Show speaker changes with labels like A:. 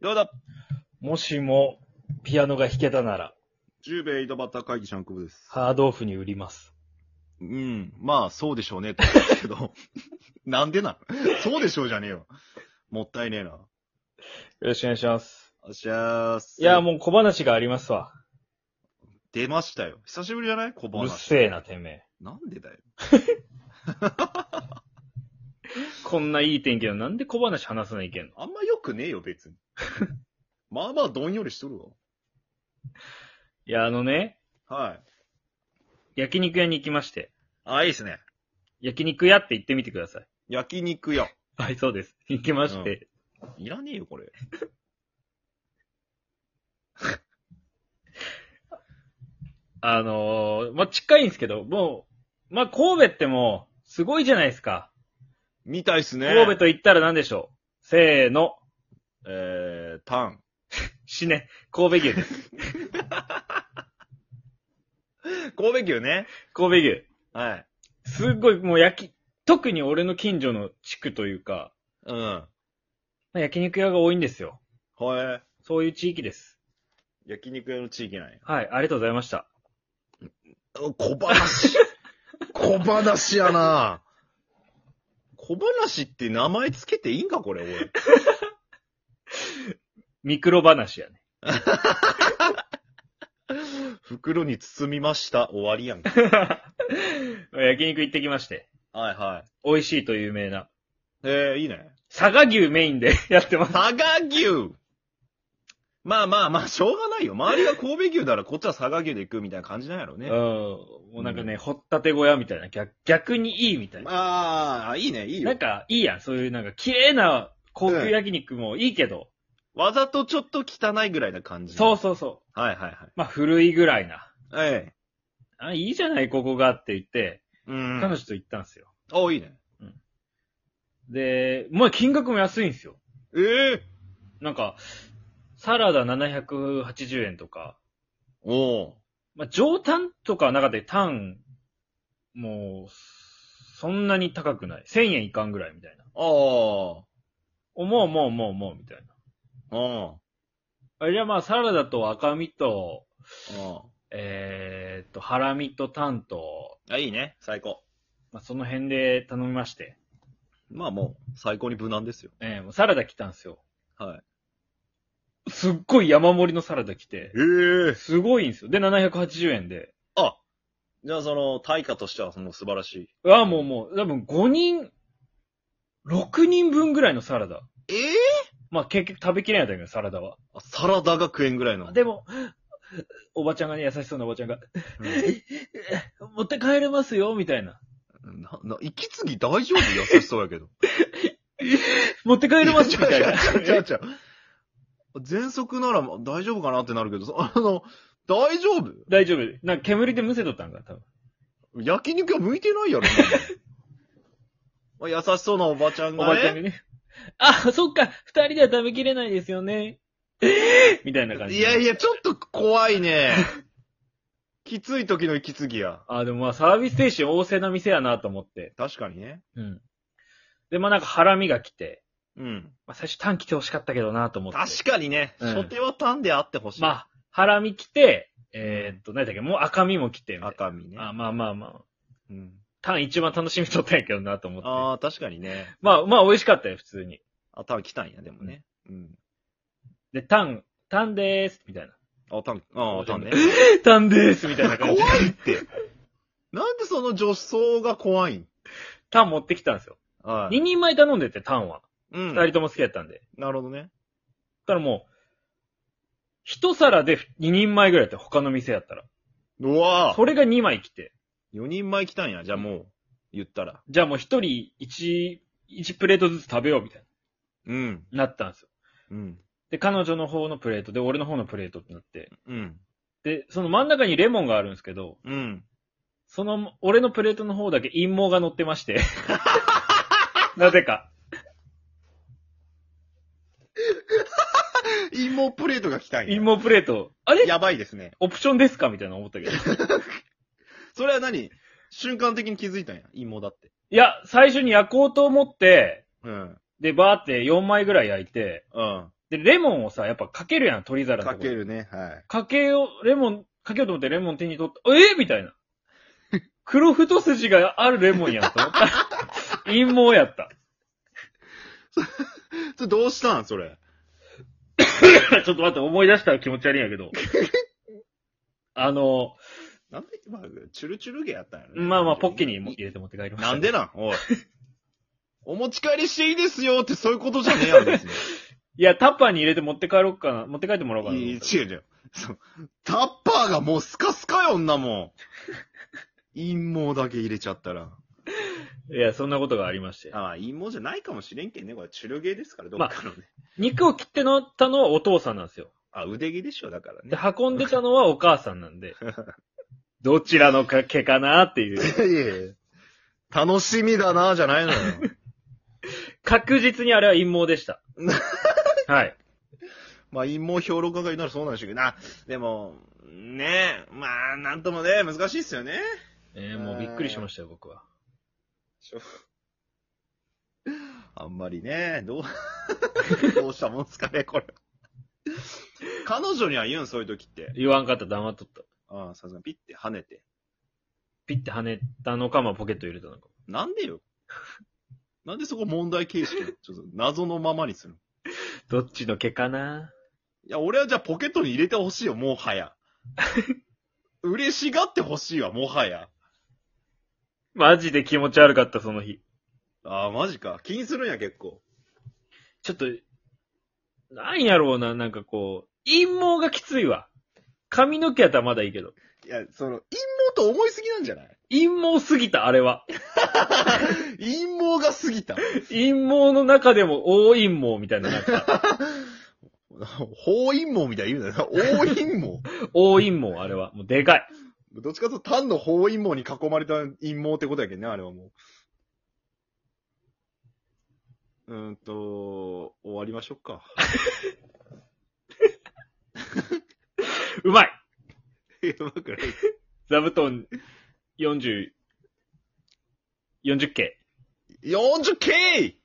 A: どうだ
B: もしも、ピアノが弾けたなら、
A: 十兵衛井戸端会議シャンクブです。
B: ハードオフに売ります。
A: うん。まあ、そうでしょうね、って言うんですけど。 なんでなんそうでしょうじゃねえよ。もったいねえな。
B: よろしくお願いします。
A: おっしゃーす。
B: いや、
A: う。
B: もう小話がありますわ。
A: 出ましたよ。久しぶりじゃない小
B: うっ
A: 話。
B: せえな、てめえ。
A: なんでだよ。
B: こんないい天気なのなんで小話話さないけんの
A: あんま良くねえよ、 別に。まあまあ、どんよりしとるわ。
B: いや、あのね、
A: はい。
B: 焼肉屋に行きまして、
A: あ、いいっすね。
B: 焼肉屋って言ってみてください。
A: 焼肉屋。
B: はい、そう です。行きまして、
A: いらねえよ、これ。
B: あのー、まあ、近いんですけど、もう、まあ、神戸ってもう、すごいじゃないですか。
A: みたいっすね。
B: 神戸と言ったら何でしょうせーの、
A: えー、タン。
B: 死ね、神戸牛です。
A: 神戸牛ね。
B: 神戸牛。
A: はい。
B: すっごいもう焼き、特に俺の近所の地区というか、
A: うん。
B: まあ焼肉屋が多いんですよ。
A: は
B: そういう地域です。
A: い。焼肉屋の地域なんや。
B: はい、ありがとうございました。
A: 小 話。小話やな小話って名前つけていいんかこれ、俺。
B: ミクロ話やね。
A: 袋に包みました。終わりやんか。
B: 焼肉行ってきまして、
A: はいは
B: 美味しいと有名な、
A: い。えー、いいね。
B: 佐賀牛メインで やってます。
A: 佐賀牛まあまあまあ、しょうがないよ。周りが神戸牛ならこっちは佐賀牛で行くみたいな感じなんやろ
B: う
A: ね。
B: ん。もうなんかね、掘ったて小屋みたいな、逆逆にいいみたいな。
A: ああ、いいね、いい
B: なん
A: よ。
B: か、いいやん。そういうなんか、綺麗な高級焼肉もいいけど、
A: わざとちょっと汚いぐらいな感じ。
B: そうそうそう。
A: はいはいはい。
B: まあ、古いぐらいな。
A: ええ。
B: あ、いいじゃない、ここがって言って、
A: うん。
B: 彼女と行ったんですよ。
A: あ、いいね。
B: で、まあ金額も安いんですよ。
A: ええ
B: なんか、サラダ780円とか、
A: おう
B: まあ上タンとかはなかったけどタン、もう、そんなに高くない。1000円いかんぐらいみたいな。
A: あ
B: おもうもうもうもうみたいな。
A: あ。あ
B: あじゃあまあサラダと赤身と、
A: あ。
B: えーっと、ハラミとタンと、
A: あ、いいね。最高。
B: まあその辺で頼みまして。
A: まあもう、最高に無難ですよ。
B: えーもうサラダ来たんですよ。
A: はい。
B: すっごい山盛りのサラダ来て
A: ええ、
B: すごいんですよ。で、780円で。
A: あじゃあその、対価としてはもう素晴らしい。
B: あ、もうもう、多分5人、6人分ぐらいのサラダ。
A: ええ
B: まあ結局食べきれないんだけど、サラダは。
A: あサラダが食えんぐらいの。
B: でも、おばちゃんがね、優しそうなおばちゃんが、
A: うん
B: 持って帰れますよ、みたいな。
A: な、な、息継ぎ大丈夫優しそうや けど。
B: 持って帰れます、みたいな。
A: 違う違う。全速なら大丈夫かなってなるけど、そ あの、大丈夫
B: 大丈夫。なんか煙でむせとったんか、多分。
A: 焼肉は向いてないや ろ。まあ優しそうなおばちゃん
B: お
A: がね。
B: ばちゃんがね。あ、そっか、二人では食べきれないですよね。みたいな感じ。
A: いやい
B: や。
A: や、ちょっと怖いね。きつい時の息継ぎや。
B: あ、でもまあサービス精神旺盛な店やなと思って。
A: 確かにね。
B: うん。で、まあなんかハラミが来て、
A: うん。
B: まあ最初タン来て欲しかったけどなと思って。
A: 確かにね、
B: うん
A: 初手は単であってほしい。
B: まあ、ハラミ来て、えーっと、何だっけ、もう赤身も来てみたいな
A: 赤身ね。
B: あまあまあまあ。
A: うん、
B: タン一番楽しみとったんやけどなと思って。
A: あー確かにね。
B: まあまあ美味しかったよ、普通に。
A: あ、タン来たんや、でもね。うん。
B: で、タン、タンでーす、みたいな。
A: あ、タン、あータンね。
B: タンでーす、みたいな
A: 怖
B: 感じで。
A: いって。 なんでその女装が怖いん
B: タン持ってきたんですよ。
A: は
B: 2
A: い。
B: 人前頼んでて、タンは。
A: う
B: 2
A: ん。
B: 人とも好きやったんで。
A: なるほどね。
B: だからもう、一皿で2人前ぐらいやって、他の店やったら。
A: うわぁ。
B: それが2枚来て。
A: 4人前来たんや、じゃあもう、言ったら。
B: じゃあもう1人1、1プレートずつ食べよう、みたい
A: うん。
B: な。なったんですよ。
A: うん。
B: で、彼女の方のプレートで、俺の方のプレートってなって。
A: うん。
B: で、その真ん中にレモンがあるんですけど、
A: うん。
B: その、俺のプレートの方だけ陰謀が乗ってま して。なぜか。
A: 陰謀プレートが来たんや。
B: 陰謀プレート、あれ
A: やばいですね。
B: オプションですかみたいな思ったけど。い
A: それは何瞬間的に気づいたんや。芋だって。
B: や、最初に焼こうと思って、
A: うん。
B: で、バーって4枚ぐらい焼いて、
A: うん。
B: で、レモンをさ、やっぱかけるやん、鶏皿の
A: か
B: とこ
A: け。るね。はい。
B: かけよう、レモン、かけようと思ってレモン手に取って、えみたいな。 黒太筋があるレモンやんと思 った。陰謀やった。
A: それどうしたんそれ。
B: ちょっと待って、思い出したら気持ち悪いんやけど。 あの、
A: なんで、まあ、チュルチュルゲやったんやろね
B: まあまあ、ポッケにも入れて持って帰りました。
A: なんでなん おい。お持ち帰りしていいですよってそういうことじゃねえやん、別に。
B: いや、タッパーに入れて持って帰ろうかな。持って帰ってもらおうかな。
A: いや、違う違う。そうタッパーがもうスカスカよ、んなもん。陰謀だけ入れちゃったら。
B: いや、そんなことがありまして。
A: ああ、陰謀じゃないかもしれんけんね。これ、チュルゲーですから、どっかのね。
B: 肉を切って乗ったのはお父さんなんですよ。
A: あ、腕毛でしょ、だから
B: で、
A: ね。
B: 運んでたのはお母さんなんで。 どちらのかけかなっていう。
A: いやいやいや楽しみだな、じゃないのよ。
B: 確実にあれは陰謀で した。はい。
A: まあ、陰謀評論家がいるならそうなんでしょうけど、な、でも、ねえ、まあ、なんともね、難しいっすよね。
B: えー、もうびっくりしましたよ、僕は。
A: あんまりね、 どう、どうしたもんすかね、これ。彼女には言うん、そういう時って。
B: 言わんかったら黙っとった。
A: ああ、さすがにピッて跳ねて。
B: ピッて跳ねたのか、まあ、ポケット入れたのか。
A: なんでよ。なんでそこ問題形式なのちょっと謎のままにするの
B: どっちの毛かない
A: や、俺はじゃあポケットに入れてほしいよ、もはや。嬉しがってほしいわ、もはや。
B: マジで気持ち悪かった、その日。
A: ああ、マジか。気にするんや、結構。
B: ちょっと、なんやろうな、なんかこう、陰謀がきついわ。髪の毛やったらまだいいけど。
A: いや、その、陰謀と思いすぎなんじゃない
B: 陰謀すぎた、あれは。
A: 陰謀が過ぎた。
B: 陰謀の中でも大陰謀みたいな、なんか、
A: 法陰謀みたいに言うなよ。大陰 謀。
B: 大陰謀、あれは。もうでかい。
A: どっちかというと単の法陰謀に囲まれた陰謀ってことやけんね、あれはもう。うーんと、終わりましょう か。
B: うまい
A: やばくない
B: 座布団40、40系。
A: 40K!